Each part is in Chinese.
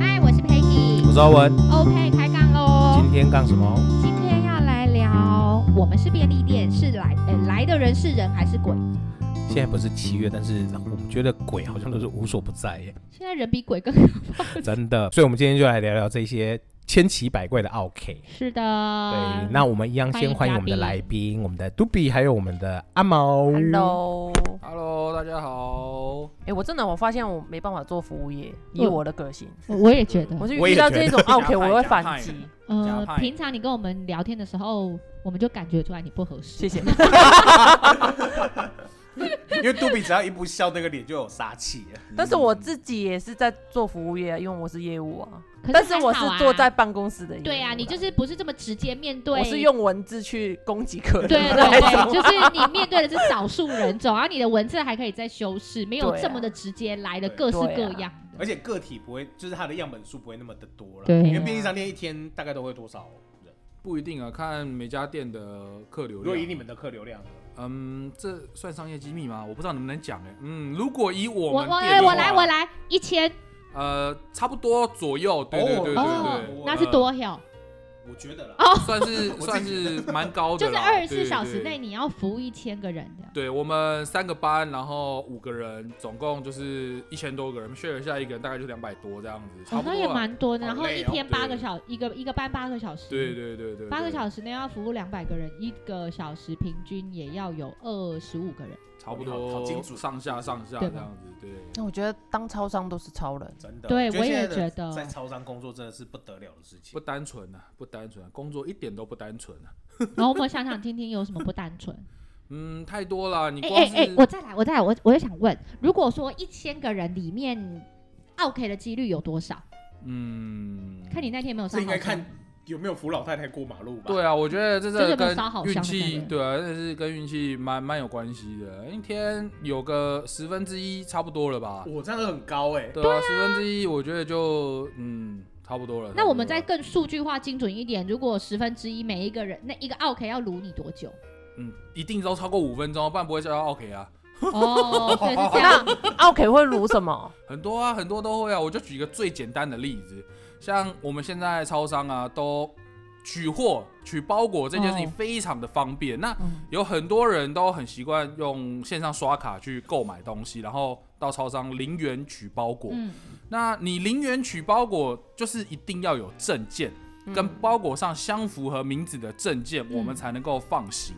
嗨，哎我是 Peggy，我是阿文， OK 开杠喽。今天干什么？今天要来聊，我们是便利店，是来呃来的人是人还是鬼？现在不是七月，但是我们觉得鬼好像都是无所不在耶，现在人比鬼更真的。所以，我们今天就来聊聊这些千奇百怪的奥 K。是对的，。那我们一样先欢迎我们的来宾，我们的杜比，还有我们的阿毛。 Hello， Hello，大家好。哎、我真的我发现我没办法做服务业，以嗯我的个性，我也觉得我，是我也遇到觉这 种啊 OK 假我派会假反派击。假呃，派平常你跟我们聊天的时候，我们就感觉出来你不合适。谢 谢。因为杜比只要一不笑，那个脸就有杀气嗯了。但是我自己也是在做服务业啊，因为我是业务啊，可但是是还好我啊是坐在。办公室的业务啦。对啊，你就是不是这么直接面对。我是用文字去攻击客人。对 对对，就是你面对的是少数人种，然后你的文字还可以再修饰，没有对啊这么的直接来的对各式对各啊样。而且个体不会，就是它的样本数不会那么的多了。对因为便利商店一天大概都会多少人？不一定啊，看每家店的客流如果以你量。们的客流量，嗯，这算商业机密吗？我不知道能不能讲哎、嗯，如果以我我们我店哎的话我来我来一千呃，差不多左右，对对对对对，哦对，那是多少？我觉得啦，算是算是蛮高就的是啦，二十对四对小时对内你要服务一千个人的。对我们三个班，然后五个人，总共就是一千多个人，share 下一个人大概就两百多这样子，差哦，那不多啊也啦。蛮多的，然好后累一哦天八个对小，一个一个班八个小时，对对对对，八个时小时内要服务两百个人，一个小时平均也要有二十五个人。差不好精多准上下上下对这吧样子，对。那我觉得当超商都是超 人，真的。对，我啊现也在的觉得。在超商工作真的是不得了的事不情。单纯啊，不单纯、啊，工作一点都不单纯啊。然后我们想想听听有什么不单纯。嗯，太多了， 你哎光哎是、哎，我再来，我再来，我我也想问，如果说一千个人里面 OK 的几率有多少？嗯，看你那天有没有上这好应该车。看有没有扶老太太过马路吧？对啊，我觉得这就是有是没有跟烧好香的运感气，觉对啊，这是跟运气蛮蛮有关系的。一天有个十分之一差不多了啊吧？我这样很高哎、对啊，十分之一我觉得就嗯差不多了。那我呃们差再不多了更数据化、精准一点，如果十分之一每一个人，那一个 OK 要撸你多久？嗯，一定都超过五分钟，不然不会叫到 OK 啊。 哦，所以是这样。那啊 OK 会如什 么？很多啊，很多都会啊。我就举一个最简单的例子，像我们现在超商啊，都取货、取包裹这件事情哦非常的方便。那嗯有很多人都很习惯用线上刷卡去购买东西，然后到超商零元取包裹。嗯，那你零元取包裹，就是一定要有证件，跟包裹上相符合名字的证件，嗯我们才能够放行。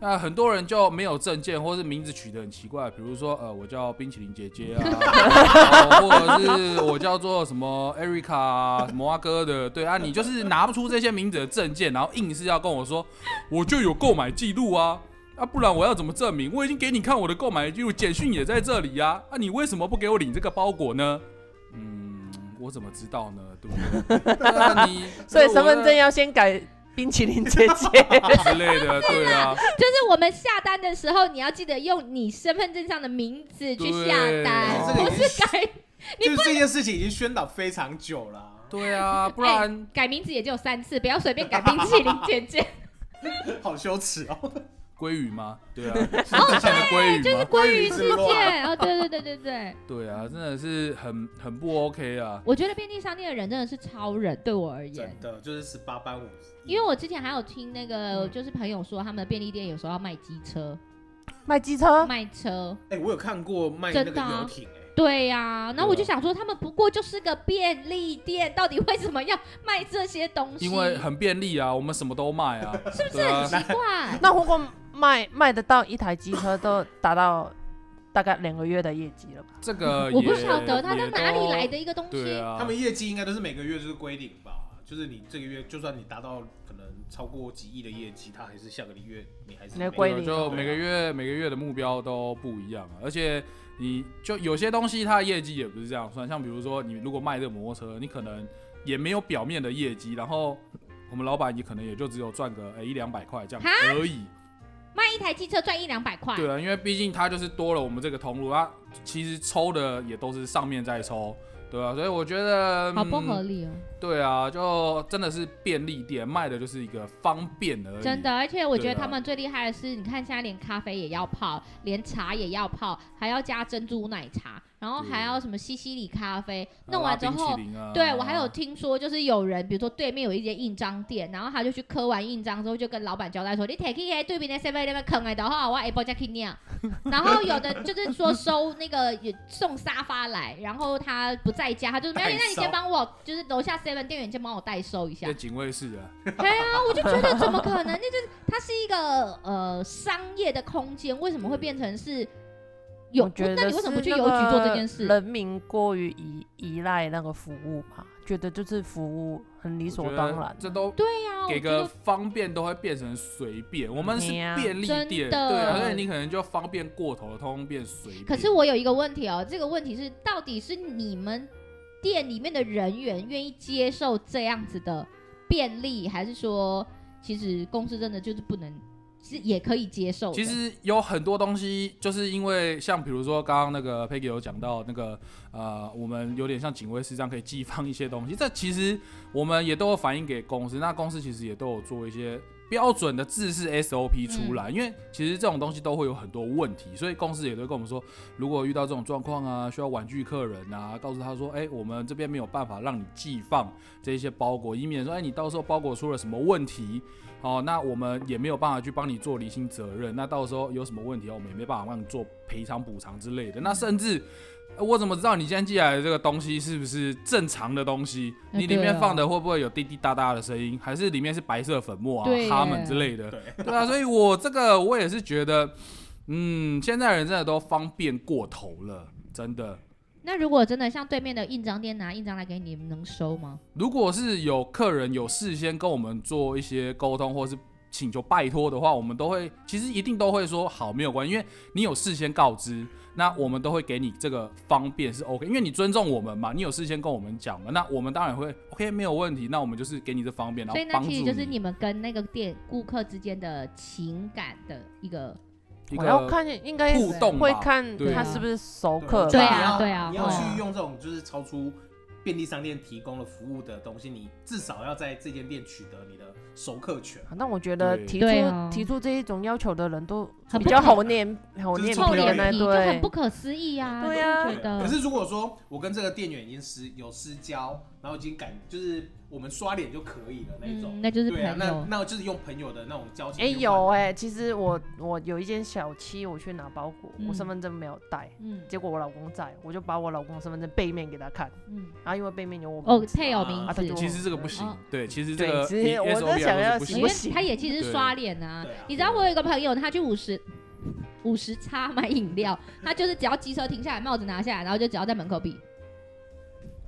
那很多人就没有证件，或是名字取得很奇怪，比如说呃，我叫冰淇淋姐姐啊，然后或者是我叫做什么 Erica 啊，什么阿哥的，对啊，你就是拿不出这些名字的证件，然后硬是要跟我说，我就有购买记录啊。啊，不然我要怎么证明？我已经给你看我的购买记录，简讯也在这里呀、啊。啊，你为什么不给我领这个包裹呢？嗯，我怎么知道呢？对不对？ 那你所以身份证呀要先改冰淇淋姐 姐。之 类的，对啊，就是我们下单的时候，你要记得用你身份证上的名字去下单，对不是改就是这件事情已经宣导非常久 了啊、对啊，不然改名字也就有三次，不要随便改冰淇淋姐 姐。好羞耻哦、鲑鱼吗？对啊，是之前的鲑哦啊就是鱼吗？鲑鱼事件，哦，对对对对对，对啊，真的是很很不 OK 啊。我觉得便利商店的人真的是超人，对我而言真。的就是十八般武艺，因为我之前还有听那个，就是朋友说他们的便利店有时候要卖机车、卖机车，卖车，哎、我有看过卖那个真的啊游艇哎、对呀、然后我就对啊想说，他们不过就是个便利店，到底为什么要卖这些东西？因为很便利啊，我们什么都卖啊，是不是对很啊奇怪？那如果卖卖得到一台机车，都达到大概两个月的业绩了吧？这个我不呃也晓得它也是哪里来的一个东都对西。啊，他们业绩应该都是每个月就是归零吧，就是你这个月就算你达到可能超过几亿的业绩，它还是下个月你还是那没归对零就对每个月每个月的目标都不一样啊，而且你就有些东西它的业绩也不是这样算，像比如说你如果卖这个摩托车，你可能也没有表面的业绩，然后我们老板也可能也就只有赚个、诶一两百块这样哈而已。卖一台机车赚一两百块，对啊啊，因为毕竟它就是多了我们这个通路，它其实抽的也都是上面在抽。对啊，所以我觉得、嗯好不合理哦，对啊，就真的是便利店卖的就是一个方便而已。真的。而且我觉得嗯对啊他们最厉害的是，你看现在连咖啡也要泡，连茶也要泡，还要加珍珠奶茶，然后对还要什么西西里咖啡。啊，弄完之拉冰淇后，淋啊、对，我还有听说，就是有人，比如说对面有一间印章店，然后他就去刻完印章之后，就跟老板交代说：“你 take 去对面的 seven 那边坑来的话，我 apple 加 k i 然后有的就是说收那个也送沙发来，然后他不在家，他就是没有，代收那你先帮我，就是楼下 seven 店员先帮我代收一下在。警卫室啊，对啊，我就觉得怎么可能？那就是它是一个呃商业的空间，为什么会变成是邮？我觉那得你为什么不去是邮那局做个这件事？人民过于依依赖那个服务嘛，觉得就是服务很理理所当然。啊这都对呀、我给觉个得方便都会变成随便，我们是对啊便利真店，的对啊，所以你可能就方便过头，通通变随便。可是我有一个问题哦，这个问题是到底是你们店里面的人员愿意接受这样子的便利，还是说其实公司真的就是不能，是也可以接受的？其实有很多东西，就是因为像比如说刚刚那个 Peggy 有讲到那个呃，我们有点像警卫室这样可以寄放一些东西，这其实我们也都有反映给公司，那公司其实也都有做一些。标准的制式嗯 SOP 出来，因为其实这种东西都会有很多问题，所以公司也都会跟我们说，如果遇到这种状况啊，需要婉拒客人啊，告诉他说，哎、我们这边没有办法让你寄放这一些包裹，以免说，哎、你到时候包裹出了什么问题，哦，那我们也没有办法去帮你做厘清责任，那到时候有什么问题，我们也没办法帮你做赔偿补偿之类的。那甚至，呃我怎么知道你今天寄来的这个东西是不是正常的东西？那你里对面啊放的会不会有滴滴答答的声音，还是里面是白色粉末啊对、哈们耶之类的？对，对啊，所以我这个我也是觉得，嗯，现在人真的都方便过头了，真的。那如果真的像对面的印章店拿印章来给你，你们能收吗？如果是有客人有事先跟我们做一些沟通，或是请求拜托的话，我们都会其实一定都会说好，没有关系，因为你有事先告知，那我们都会给你这个方便是 OK，因为你尊重我们嘛，你有事先跟我们讲嘛，那我们当然会 OK 没有问题，那我们就是给你这方便，然所后以那帮助其实就是你你们跟那个店顾客之间的情感的一个，一我呃要个看应该互动会吧看对他啊是不是熟对客吧。对你啊要对啊你要嗯去用这种就是超出便利商店提供的服务的东西，你至少要在这间店取得你的熟客权。啊那我觉得对提出对啊提出这一种要求的人都很比不较可好念好就是念臭厚脸脸偏呢呢，皮就很对不，可思议啊！对呀、啊觉得可是如果说我跟这个店员已经私有私交，然后已经感就是我们刷脸就可以了那一种，嗯，那就是朋对啊，那友。啊那就是用朋友的那种交情哎去换。有哎，其实我我有一间小七，我去拿包裹，嗯我身份证没有带，嗯结果我老公在，我就把我老公身份证背面给他看，嗯，然后因为背面有我哦，名字配偶名啊对字就。其实这个不行哦，对，其实这对个，E 其实你我在 SOP 想来说要是不因行为不的，行他也其实是刷脸啊对啊。你知道我有一个朋友，他去五十五十叉买饮料，他就是只要机车停下来，帽子拿下来，然后就只要在门口比，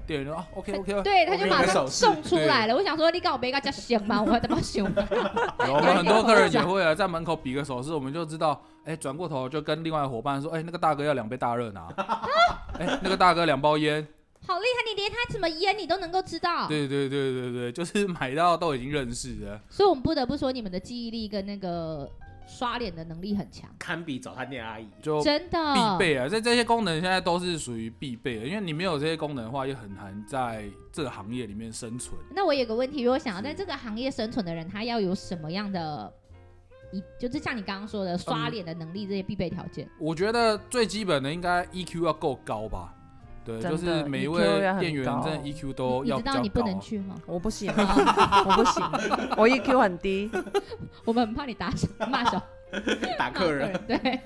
店员说啊 OK OK，对，他就马我没有上手势送出来了。我想说，你搞我没个叫熊吗？我怎么啊熊？ 有我们很多客 人也会啊，在门口比个手势，我们就知道。哎，转过头就跟另外伙伴说，哎，那个大哥要两杯大热拿， 哎，那个大哥两包烟。好厉害，你连他怎么腌你都能够知道。对对对对对，就是买到都已经认识了。所以我们不得不说，你们的记忆力跟那个刷脸的能力很强，堪比早餐店阿姨。就真的。必备啊，这这些功能现在都是属于必备的，因为你没有这些功能的话，也很难在这个行业里面生存。那我有个问题，如果想要是在这个行业生存的人，他要有什么样的，一就是像你刚刚说嗯的刷脸的能力这些必备条件？我觉得最基本的应该 EQ 要够高吧，对，真就的是每，E 一位 EQ 要很店员高真的 EQ 都你哦要啊知比较道高。你不能去吗？我不行， 我不行，我 EQ 很低，我们很怕你打小骂 小打客人，骂对对，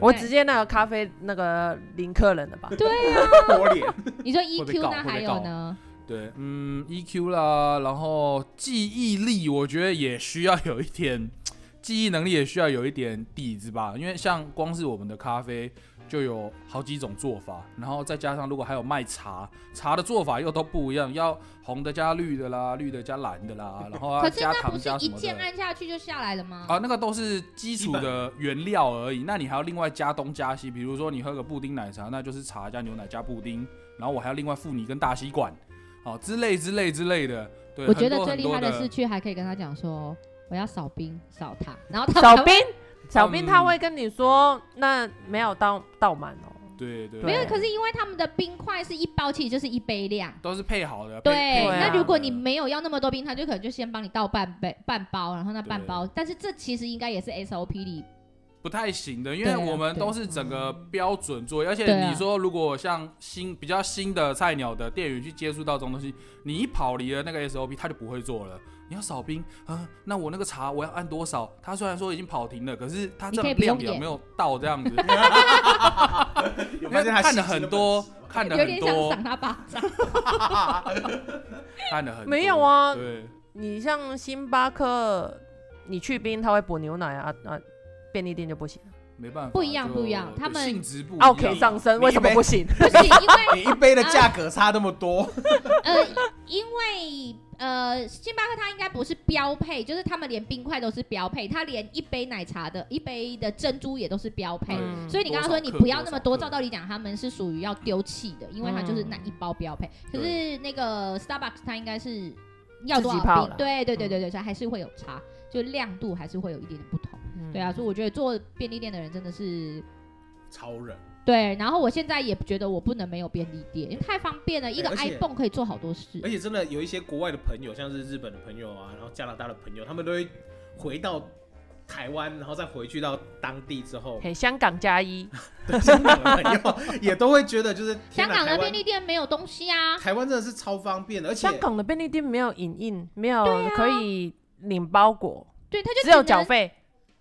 我直接那个咖啡那个零客人了吧。对啊。我脸，你说会被 EQ 告那还有呢？对，嗯，EQ 啦，然后记忆力，我觉得也需要有一点，记忆能力也需要有一点底子吧。因为像光是我们的咖啡就有好几种做法，然后再加上如果还有卖茶，茶的做法又都不一样，要红的加绿的啦，绿的加蓝的啦，然后要可是啊加那不糖是加什一么键的。按下去就下来了吗？啊，那个都是基础的原料而已，那你还要另外加东加西，啊比如说你喝个布丁奶茶，那就是茶加牛奶加布丁，然后我还要另外付你一根大吸管，好、之类之类之类的。对，我觉很得多最很厉多害的的是去还可以跟他讲说我要扫冰扫塔，然后他小才会兵，小兵他会跟你说，那没有倒倒满哦，对对，没有，对可是因为他们的冰块是一包，其实就是一杯量。都是配好的。配对，配好啊那如果的你没有要那么多冰，他就可能就先帮你倒半杯、半包，然后那半对包。但是这其实应该也是 SOP 里，不太行的，因对为啊我们对都是整个标准做，而对且啊你说如果像新比较新的菜鸟的店员去接触到这种东西，你一跑离了那个 SOP，他就不会做了。你要少冰啊，那我那个茶我要按多少？他虽然说已经跑停了，可是他这你可以不用量表点没有到 这样子，有因发现为他看的了很多，看了有很点想赏多，他巴掌。看了很多。没有啊对，你像星巴克，你去冰它会补牛奶啊啊，便利店就不行。啊没办法，不一样就不一样对他们性质不一样。 OK 上升你为什么一杯不 行？不是因为你一杯的价格差那么多，呃，因为呃，星巴克它应该不是标配，就是他们连冰块都是标配，它连一杯奶茶的一杯的珍珠也都是标配。嗯所以你刚刚说你多少克不要那么多，多照少克嗯道理讲，他们是属于要丢弃的，因为它就是那一包标配。可是那个 Starbucks 它应该是要多自己泡少啦冰？对对对嗯对对，所以还是会有差，就亮度还是会有一点点不同。对嗯啊，所以我觉得做便利店的人真的是超人。对。然后我现在也觉得我不能没有便利店，因为太方便了，一个而且 iPhone 可以做好多事而。哎且真的有一些国外的朋友，像是日本的朋友啊，然后加拿大的朋友，他们都会回到台湾，然后再回去到当地 之后，嘿，香港加一，对香港的朋友也都会觉得就是香港的便利，利店没有东西啊，台湾真的是超方便的，而且香港的便利店没有影印，没有可以领包裹，对，啊他就只有能缴费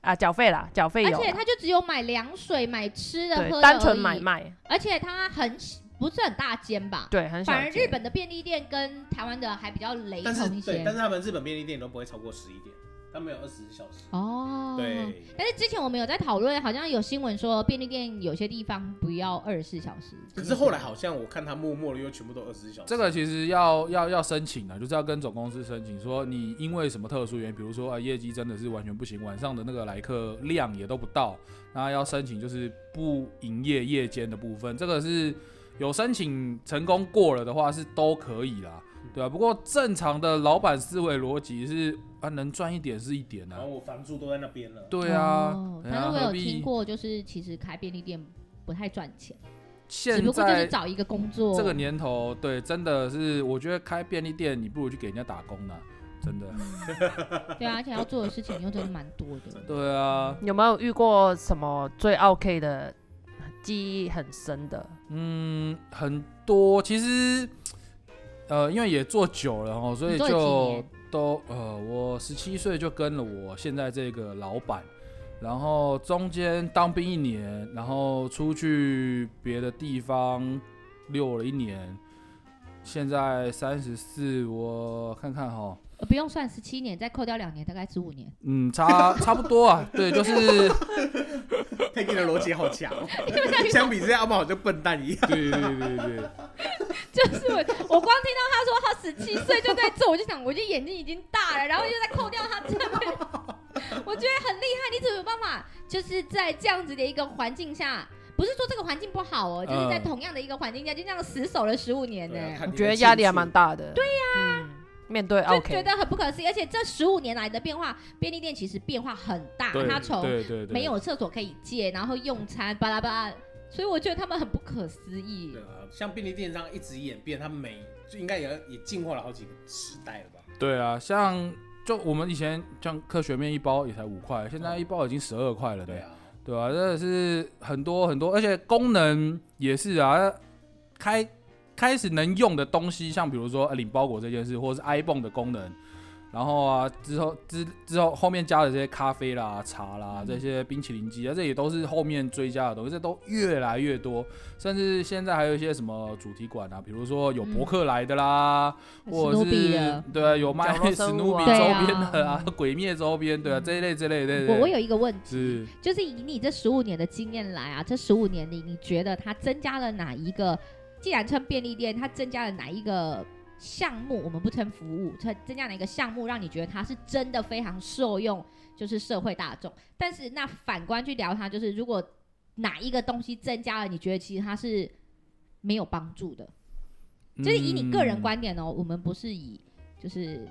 啊，缴费啦，缴费而有且他啦，就只有买凉水、买吃的、喝对，的单纯而已买，卖，而且它很小不是很大间吧？对，很小反而间日本的便利店跟台湾的还比较雷但是同一对，些但是他们日本便利店都不会超过十一点，他们有二十四小时。哦。对，但是之前我们有在讨论，好像有新闻说便利店有些地方不要二十四小时。可是后来好像我看他默默的又全部都二十四小时。这个其实要要要申请的，啊就是要跟总公司申请，说你因为什么特殊原因，比如说啊业绩真的是完全不行，晚上的那个来客量也都不到，那要申请就是不营业夜间的部分，这个是有申请成功过了的话是都可以啦，对啊。不过正常的老板思维逻辑是啊，能赚一点是一点然啊后，我房租都在那边 了。对啊哦，哎但呀是我有何必听过，就是其实开便利店不太赚钱，只现不过就是在找一个工作。这个年头，对，真的是我觉得开便利店，你不如去给人家打工呢、真的。对啊，而且要做的事情又真的蛮多的。 对啊，有没有遇过什么最 OK 的记忆很深的？嗯，很多其实，呃，因为也做久了哦，所以你做了几就年都呃，我十七岁就跟了我现在这个老板，然后中间当兵一年，然后出去别的地方溜了一年，现在三十四，我看看哈、呃不用算十七年，再扣掉两年，大概十五年。嗯，差差不多啊，对，就是。佩蒂的逻辑好强 哦，相比之下，阿茂好像笨蛋一样。对对对对，就是我，我光听到他说他十七岁就在做，我就想，我就眼睛已经大了，然后又再扣掉他这个，我觉得很厉害。你怎么有办法，就是在这样子的一个环境下？不是说这个环境不好哦，就是在嗯同样的一个环境下，就这样死守了十五年呢、对啊看你的我觉得压力还兴趣蛮大的。对呀、面对就觉 OK，得很不可思议。而且这十五年来的变化，便利店其实变化很大，对它从对对对没有厕所可以借，然后用餐巴拉巴拉，所以我觉得他们很不可思议对。啊，像便利店这样一直演变，它每就应该也要也进化了好几个时代了吧？对啊，像就我们以前像科学面一包也才五块，现在一包已经十二块了呢，哦对啊，对啊，真的是很多很多，而且功能也是啊，开开始能用的东西，像比如说、呃领包裹这件事，或是 iPhone 的功能。然后啊，之后之之后后面加的这些咖啡啦、茶嗯啦、这些冰淇淋机啊，这也都是后面追加的东西，这都越来越多。甚至现在还有一些什么主题馆啊，比如说有嗯博客来的啦，嗯或者史努比是的对啊有卖角落史生努物比啊周对啊嗯边的啊、鬼灭周边，对啊这一类这一类对我对。我有一个问题，是就是以你这十五年的经验来啊，这十五年里，你觉得它增加了哪一个？既然称便利店，它增加了哪一个项目？我们不称服务，它增加哪一个项目，让你觉得它是真的非常受用，就是社会大众。但是那反观去聊它，就是如果哪一个东西增加了，你觉得其实它是没有帮助的，就是以你个人嗯观点哦，我们不是以就是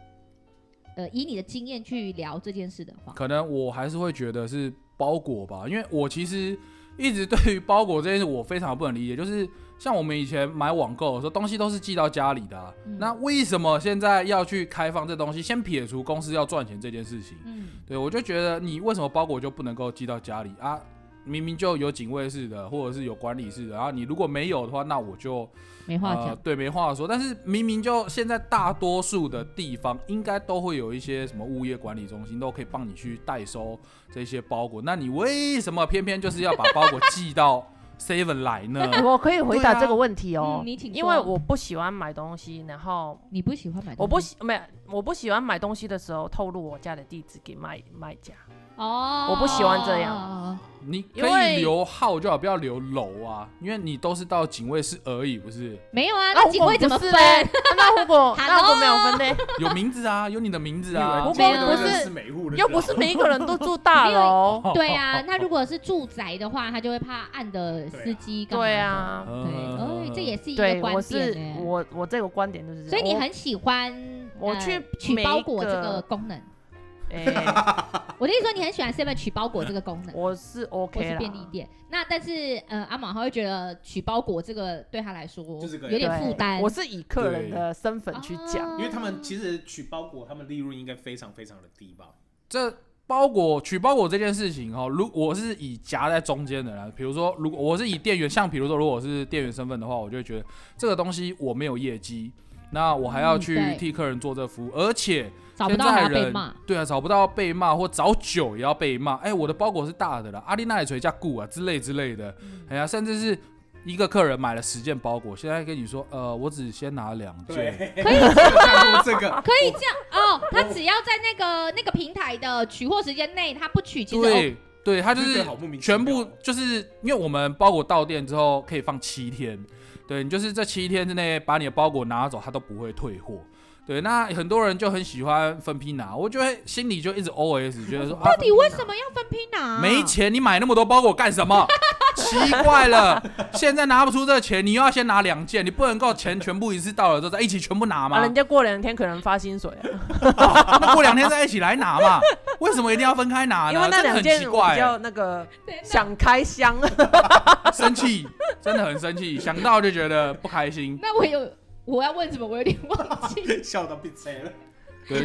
呃以你的经验去聊这件事的话，可能我还是会觉得是包裹吧，因为我其实一直对于包裹这件事我非常不能理解，就是像我们以前买网购的时候，东西都是寄到家里的啊、嗯那为什么现在要去开放这东西？先撇除公司要赚钱这件事情，嗯，对我就觉得你为什么包裹就不能够寄到家里啊？明明就有警卫室的，或者是有管理室的，然啊后你如果没有的话，那我就没话呃讲。对，没话说。但是明明就现在大多数的地方，应该都会有一些什么物业管理中心，都可以帮你去代收这些包裹。那你为什么偏偏就是要把包裹寄 到 Seven 来呢？我可以回答这个问题哦嗯，，你请说，因为我不喜欢买东西，然后你不喜欢买东西，我不喜没有我不喜欢买东西的时候透露我家的地址给卖卖家。哦，我不喜欢这样样。你可因为以留号就好，不要留楼啊，因为你都是到警卫室而已，不是没有啊，那那如警果卫怎不么是分？嘞？那如果 Hello？那如果没有分嘞？有名字啊，有你的名字以啊为不。警卫没有都会不认是识每户的，又不是每一个人都住大楼。对啊，那如果是住宅的话，他就会怕按的司机干嘛的对，啊，对，呃哦，这也是一个对，我观是点呢。我我这个观点就是这样，所以你我很喜欢我呃去每取一包裹这个个功能，哎，我的意思说你很喜欢 seven 取包裹这个功能。我是或 OK 是啦。便利店，那但是呃，阿玛他会觉得取包裹这个对他来说就是个有点对负担。我是以客人的身份去讲，哦因为他们其实取包裹，他们利润应该非常非常的低吧？这包裹取包裹这件事情哈、哦，如我是以夹在中间的啦，比如说如果我是以店员，像比如说如果我是店员身份的话，我就会觉得这个东西我没有业绩，那我还要嗯去对替客人做这服务，而且找不现到还在要被人骂，对啊，找不到被骂或找酒也要被骂，哎，我的包裹是大的啦，阿丽娜也垂加顾啊之类之类的，嗯哎呀，甚至是。一个客人买了十件包裹，现在跟你说，呃，我只先拿两件，对，可以啊 我有看过这个，可以这样哦，他只要在那个那个平台的取货时间内，他不取，其实、哦、对对，他就觉是得好莫名其妙全部就是因为我们包裹到店之后可以放七天，对你就是这七天之内把你的包裹拿走，他都不会退货。对，那很多人就很喜欢分批拿，我就会心里就一直 OS 觉得说啊到，底为什么要分批啊拿？没钱你买那么多包裹干什么？ 奇怪了，现在拿不出这钱，你又要先拿两件，你不能够钱全部一次到了之后再一起全部拿啊，吗人？家过两天可能发薪水啊，那过两天再一起来拿嘛？为什么一定要分开拿因为呢？那两真的很奇件我怪、比较那个天哪 想开箱，生气，真的很生气，想到就觉得不开心。那我有我要问什么？我有点忘记。 笑到闭嘴了。对，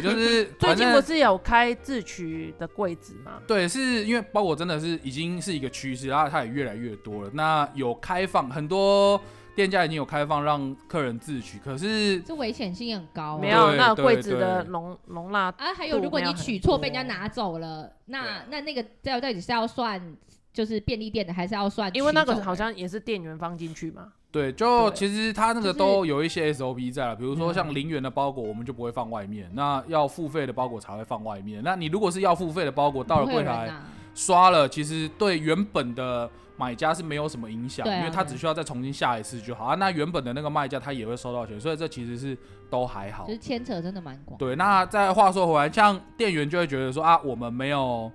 就是 最反近不正是有开自取的柜子吗？对，是因为包裹真的是已经是一个趋势，然后它也越来越多了。那有开放很多店家已经有开放让客人自取，可是这危险性很高、啊。 没有，对那个对柜子的对容容纳啊，还有度如果没有你很取错多被人家拿走了，对那啊那那个到到底是要算就是便利店的，还是要算取走的？因为那个好像也是店员放进去嘛，对，就对其实它那个就是都有一些 SOP 在了，比如说像嗯零元的包裹，我们就不会放外面，那要付费的包裹才会放外面。那你如果是要付费的包裹，到了不会有柜人台拿刷了，其实对原本的买家是没有什么影响，对啊因为他只需要再重新下一次就好啊。那原本的那个卖家他也会收到钱，所以这其实是都还好就。是牵扯真的蛮广。对，那再话说回来，像店员就会觉得说啊，我们没有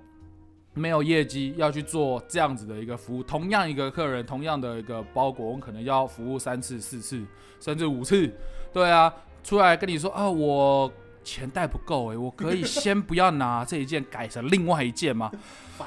没有业绩要去做这样子的一个服务，同样一个客人，同样的一个包裹，我们可能要服务三次、四次，甚至五次。对啊，出来跟你说啊，我钱带不够欸诶、我可以先不要拿这一件，改成另外一件吗？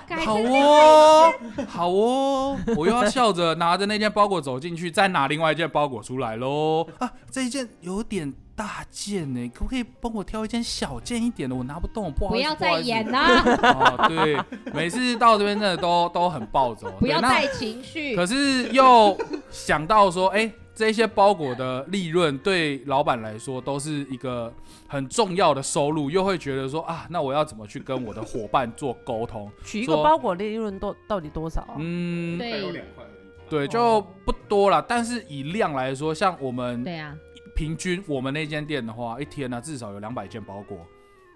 该是好哦， 好哦，我又要笑着拿着那件包裹走进去，再拿另外一件包裹出来喽。啊，这一件有点大件呢，可不可以帮我挑一件小件一点的？我拿不动，不好不意思。要再演了。啦，哦，对，每次到这边真的都 都很暴走。 不要对那带情绪。可是又想到说，哎、这些包裹的利润对老板来说都是一个很重要的收入，又会觉得说啊，那我要怎么去跟我的伙伴做沟通？取一个说包裹利润多到底多少啊？嗯，对快有两块而已吧对，就不多了。但是以量来说，像我们对啊，平均我们那间店的话，一天呢、啊至少有两百件包裹，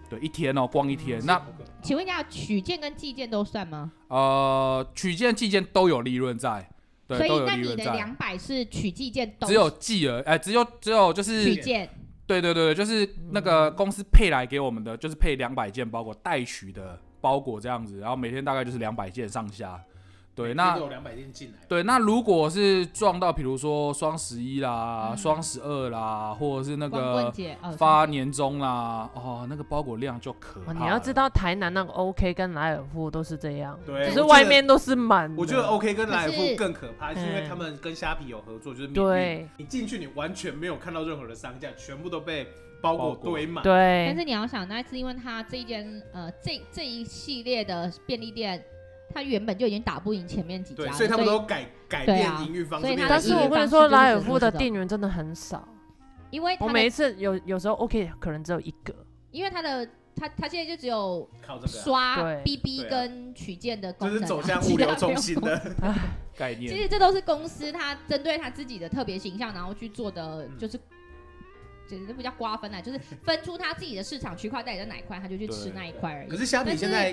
对，一天哦、光一天。那请问一下，取件跟寄件都算吗？呃，取件、寄件都有利润在，所对，以都有那利你润的在。两百是取寄件都只有寄而哎、只有只有就是取件，对对对，就是那个公司配来给我们的，就是配两百件包裹代取的包裹这样子，然后每天大概就是两百件上下。对，那有两百店进来，对，那如果是撞到，比如说双十一啦、双十二啦，或者是那光棍个节哦发年终啦，哦，那个包裹量就可怕哇了。哦你要知道，台南那个 OK 跟莱尔富都是这样，对只我觉是得外面都是满的。我觉嗯得 OK 跟莱尔可富是更可怕，是因为嗯他们跟虾皮有合作，就是免运。对你进去你完全没有看到任何的商家，全部都被包包裹裹堆满。但对，是你要想，那是因为它这一间呃这这一系列的便利店，它原本就已经打不赢前面几家对，了，所以他们都改改对变啊营运方式，所以变他但的成是营我运跟你方说，式就莱是尔这富个的的店员真的很少。因为我它每一的次有有时候 OK 可能只有一个，因为它的它它现在就只有靠这个啊，刷对 BB 对啊跟取件的功就能啊，是走向其物流他没中有心的。概其念，实这都是公司它针对它自己的特别形象，然后去做的，嗯就是。简直不叫瓜分啦，啊就是分出他自己的市场区块到底在哪一块，他就去吃对那一块而已可。是虾皮现在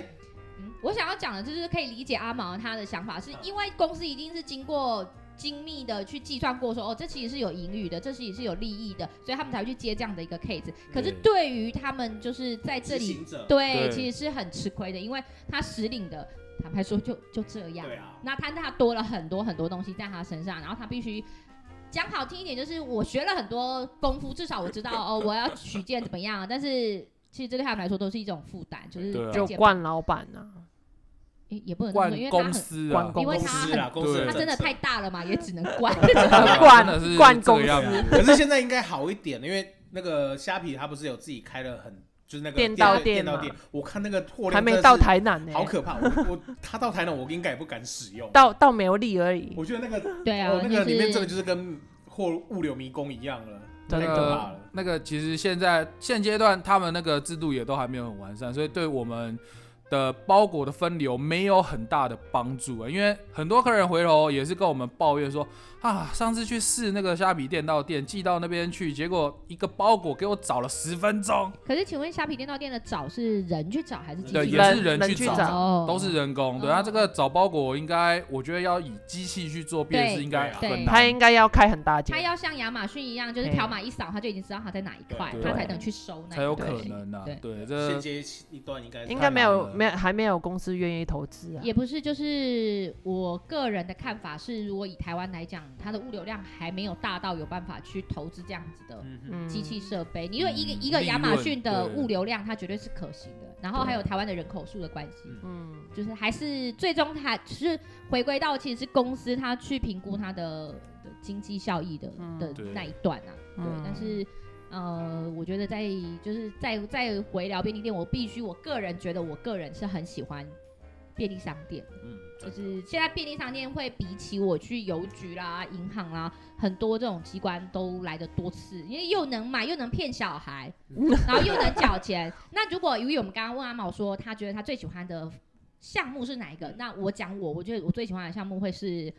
嗯，我想要讲的就是可以理解阿毛他的想法，是因为公司一定是经过精密的去计算过说，哦，这其实是有盈余的，这其实是有利益的，所以他们才会去接这样的一个 case。可是对于他们就是在这执里，行者，对，对其实是很吃亏的，因为他实领的，坦白说就就这样对。啊，那他那他多了很多很多东西在他身上，然后他必须讲好听一点，就是我学了很多功夫，至少我知道哦，我要取件怎么样。但是其实这对他们来说都是一种负担，就是对啊在就解惯老板呐、也也不能这么冠说，因为他公很司关啊，公因为公他司啦，很公司对他真的政策太大了 嘛，也只能管。冠真的是冠公这个样子。啊可是现在应该好一点，因为那个虾皮它不是有自己开了很就是那个电到到电店到嘛店，我看那个货量还真没的到是台南呢、好可怕！我我他到台南，我应该也不敢使用。到到苗栗而已。我觉得那个对啊哦，那个里面就真的是就是跟货物流迷宫一样了，那真太的可怕个了。那个，其实现在现阶段他们那个制度也都还没有很完善，所以对我们的包裹的分流没有很大的帮助啊。因为很多客人回头也是跟我们抱怨说啊，上次去试那个虾皮店到店寄到那边去，结果一个包裹给我找了十分钟，可是，请问虾皮店到店的找是人去找还是机器对，也人是人去人去找找。哦都是人工，对，哦他这个找包裹应该，我觉得要以机器去做辨识，应该对很对难。他应该要开很大间他，要像亚马逊一样，就是哎条码一扫，他就已经知道他在哪一块，对他才能去收那才有一块可东西能啊对。对，衔这接一段应该是应该没有太难了没有还没有公司愿意投资啊。也不是，就是我个人的看法是，如果以台湾来讲，它的物流量还没有大到有办法去投资这样子的嗯哼嗯机器设备。你说一个嗯一个利润亚马逊的对物流量，它绝对是可行的。然后还有台湾的人口数的关系，嗯嗯，就是还是最终它是回归到其实是公司它去评估它的的经济效益的嗯的对那一段啊。对嗯，但是呃，我觉得在就是再再回聊便利店，我必须我个人觉得我个人是很喜欢便利商店的。嗯，就真的是现在便利商店会比起我去邮局啦、银行啦，很多这种机关都来的多次，因为又能买又能骗小孩，嗯然后又能缴钱。 那如果由于我们刚刚问阿毛说他觉得他最喜欢的项目是哪一个，那我讲我，我觉得我最喜欢的项目会是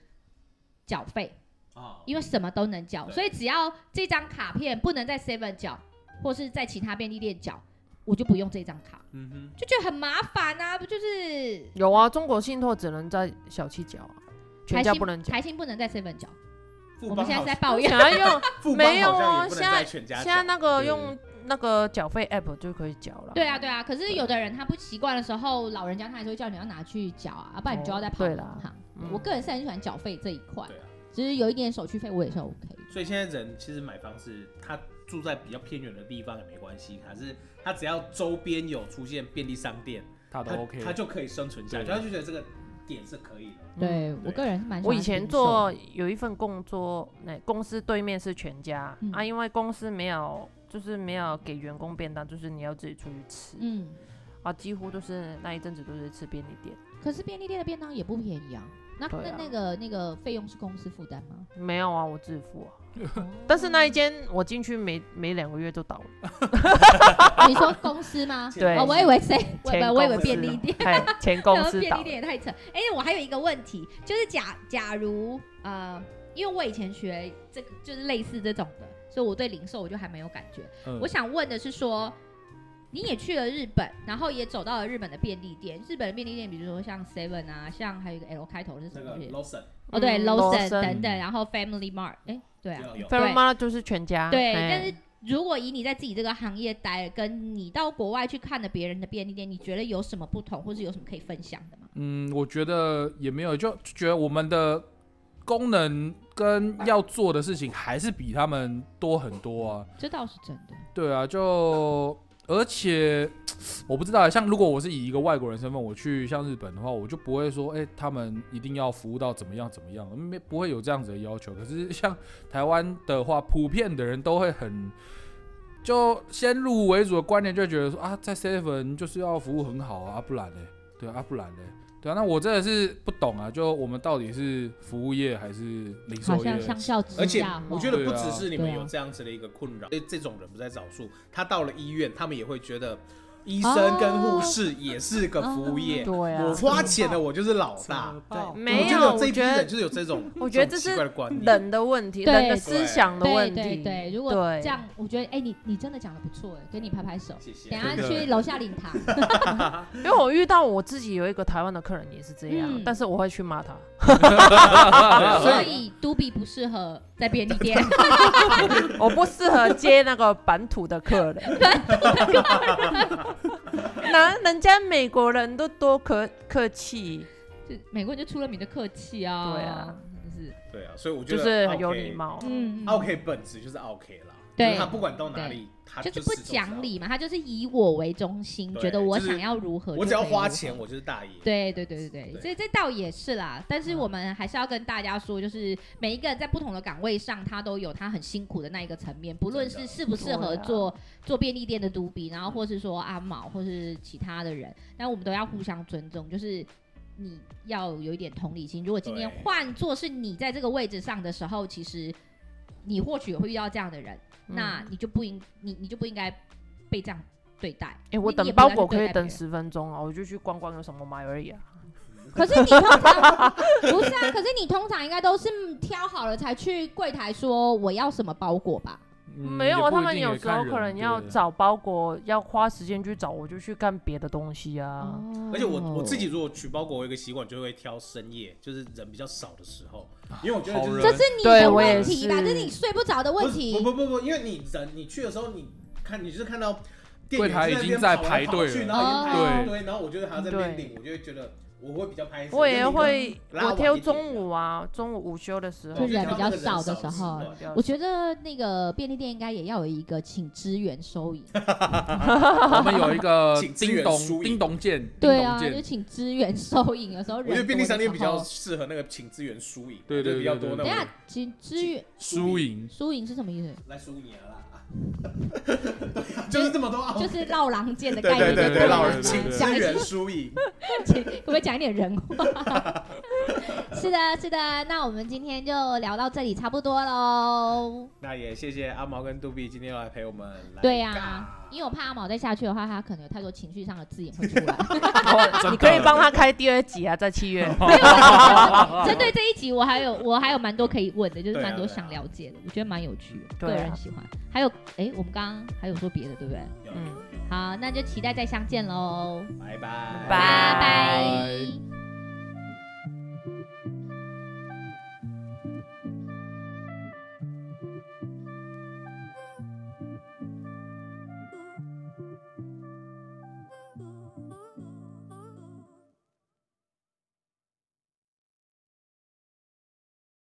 缴费，啊，嗯因为什么都能缴，对所以只要这张卡片不能在 Seven 缴，或是在其他便利店缴，我就不用这张卡，嗯哼，就觉得很麻烦啊，不就是有啊，中国信托只能在小七角啊，全家不能角。台新不能在 seven 缴，富我们邦现在好是在像抱怨。想要 用富邦啊没有好像也啊不能现在在全家现在讲，那个对用那个缴费 app 就可以缴了。对啊，对啊。可是有的人他不习惯的时候，老人家他还是会叫你要拿去缴啊，啊不然你就要再跑哦对银啦行。嗯我个人是很喜欢缴费这一块对啊，只是有一点手续费我也是 OK 的。所以现在人其实买房是他住在比较偏远的地方也没关系，可是他只要周边有出现便利商店，他都他 OK。他就可以生存下去，对他就觉得这个点是可以的。嗯对我对个人是蛮喜我欢零售的。以前做有一份工作，那、公司对面是全家、嗯啊，因为公司没有就是没有给员工便当，就是你要自己出去吃、嗯，啊，几乎都是那一阵子都是吃便利店，可是便利店的便当也不便宜啊。那对那啊那个那个费用是公司负担吗？ 没有啊，我自付啊。但是那一间我进去没没两个月就倒了，你说公司吗？ 对哦，我以为谁？我以前为公我以司为便利店。嘿前公司便倒利了，店也太扯。哎、我还有一个问题，就是假假如呃，因为我以前学这个就是类似这种的，所以我对零售我就还没有感觉。嗯我想问的是说，你也去了日本，然后也走到了日本的便利店，日本的便利店，比如说像 Seven 啊，像还有一个 L 开头的是什那么个东西？ Lawson 哦，对嗯，Lawson Lawson 等等，然后 Family Mart，哎、对啊，有有对 Ferragamo 就是全家，对，嘿但是如果以你在自己这个行业待，跟你到国外去看了别人的便利店，你觉得有什么不同，或是有什么可以分享的吗？嗯，我觉得也没有，就就觉得我们的功能跟要做的事情还是比他们多很多啊。这倒是真的。对啊，就而且我不知道欸，像如果我是以一个外国人身份，我去像日本的话，我就不会说，哎、他们一定要服务到怎么样怎么样，嗯没不会有这样子的要求。可是像台湾的话，普遍的人都会很。就先入为主的观念，就会觉得说啊，在 Seven 就是要服务很好啊，啊不然嘞，对啊，啊不然嘞，对啊，那我真的是不懂啊，就我们到底是服务业还是零售好像？业相较之下，而且我觉得对不啊只是你们对啊有这样子的一个困啊扰，因为这种人不在少数。他到了医院，他们也会觉得医生跟护士也是个服务哦业，对啊我，花钱了，我就是老大。对，我没就有，有这我一批觉人得就是有这种，我觉得种这是奇怪的观念。人的问题，对人的思想的对问对题，对，如果对这样，我觉得哎、你你真的讲的不错哎、给你拍拍手。谢谢等一下真的去楼下 领糖，因为我遇到我自己有一个台湾的客人也是这样嗯，但是我会去骂他，啊啊所以都比不适合在便利 店。我不适合接那个本土的客人。那人家美国人都多客客气，就美国人就出了名的客气啊，对啊，就是对啊，所以我觉得就是 OK 很有礼。貌。嗯哦啊 OK 本质就是 OK 啦，对就是他不管到哪里，他就是是不始终讲理嘛，他就是以我为中心，对觉得我就是想要如是何要。就我只要可以如花何钱，我就是大爷。对对对对对，对嗯所以这倒也是啦。但是我们还是要跟大家说，就是每一个人在不同的岗位上，他都有他很辛苦的那一个层面，不论是真的啊嗯适不适合做、做便利店的督比，然后或是说阿毛或是其他的人，但我们都要互相尊重，就是。你要有一点同理心。如果今天对换做是你在这个位置上的时候，其实你或许也会遇到这样的人，嗯那你就不应你你就不应该被这样对待。哎，我你等也不包应该裹去对可以待等别人十分钟啊，我就去逛逛有什么买而已啊。可是你通常不是啊？可是你通常应该都是挑好了才去柜台说我要什么包裹吧？嗯没有也啊，不他一们定有也时看候人可能对啊要找包裹，要花时间去找，我就去干别的东西啊。嗯而且我我自哦己如果取包裹，我有一个习惯就会挑深夜，就是人比较少的时候，啊因为我觉得就是这是你对的我问也题吧？是这是你睡不着的不问是题不。不不不，因为你人你去的时候，你看你就是看到店柜员台那已边经在跑来排跑队去了然后已经哦排一堆，然后我觉得还要在对边领，我就会觉得我会比较拍死。我也就你会，拉晚我一挑点中午啊，中午午休的时对候就人 比较就少挑那的个人时候少我觉得那个便利店应该也要有一个请支援收银， 我们有一个请支叮援咚输赢叮咚键，对叮啊，咚就键，请支援收银。有时候我人觉得便利多商的店时比较候适合那个请资源输赢，对就对比较多那等对一种下，请支援输赢。收银是什么意思？来输赢啦。对啊， 就是这么多啊。就是绕廊剑的对概对念，对就对，对老了人请讲资一些源输赢，请可不可以讲一点人话？ 是的，是的，那我们今天就聊到这里差不多喽。那也谢谢阿毛跟杜比今天又来陪我们来尬。对啊呀、因为我怕阿毛再下去的话，他可能有太多情绪上的字眼会出 来。 哦你可以帮他开第二集啊，在七月。针对这一集，我还有我还有蛮多可以问的，就是对啊蛮多想了解的，我觉得蛮有趣的，对个啊人喜欢。还有，哎，我们刚刚还有说别的，对不对？有嗯好，那就期待再相见喽，拜拜拜拜拜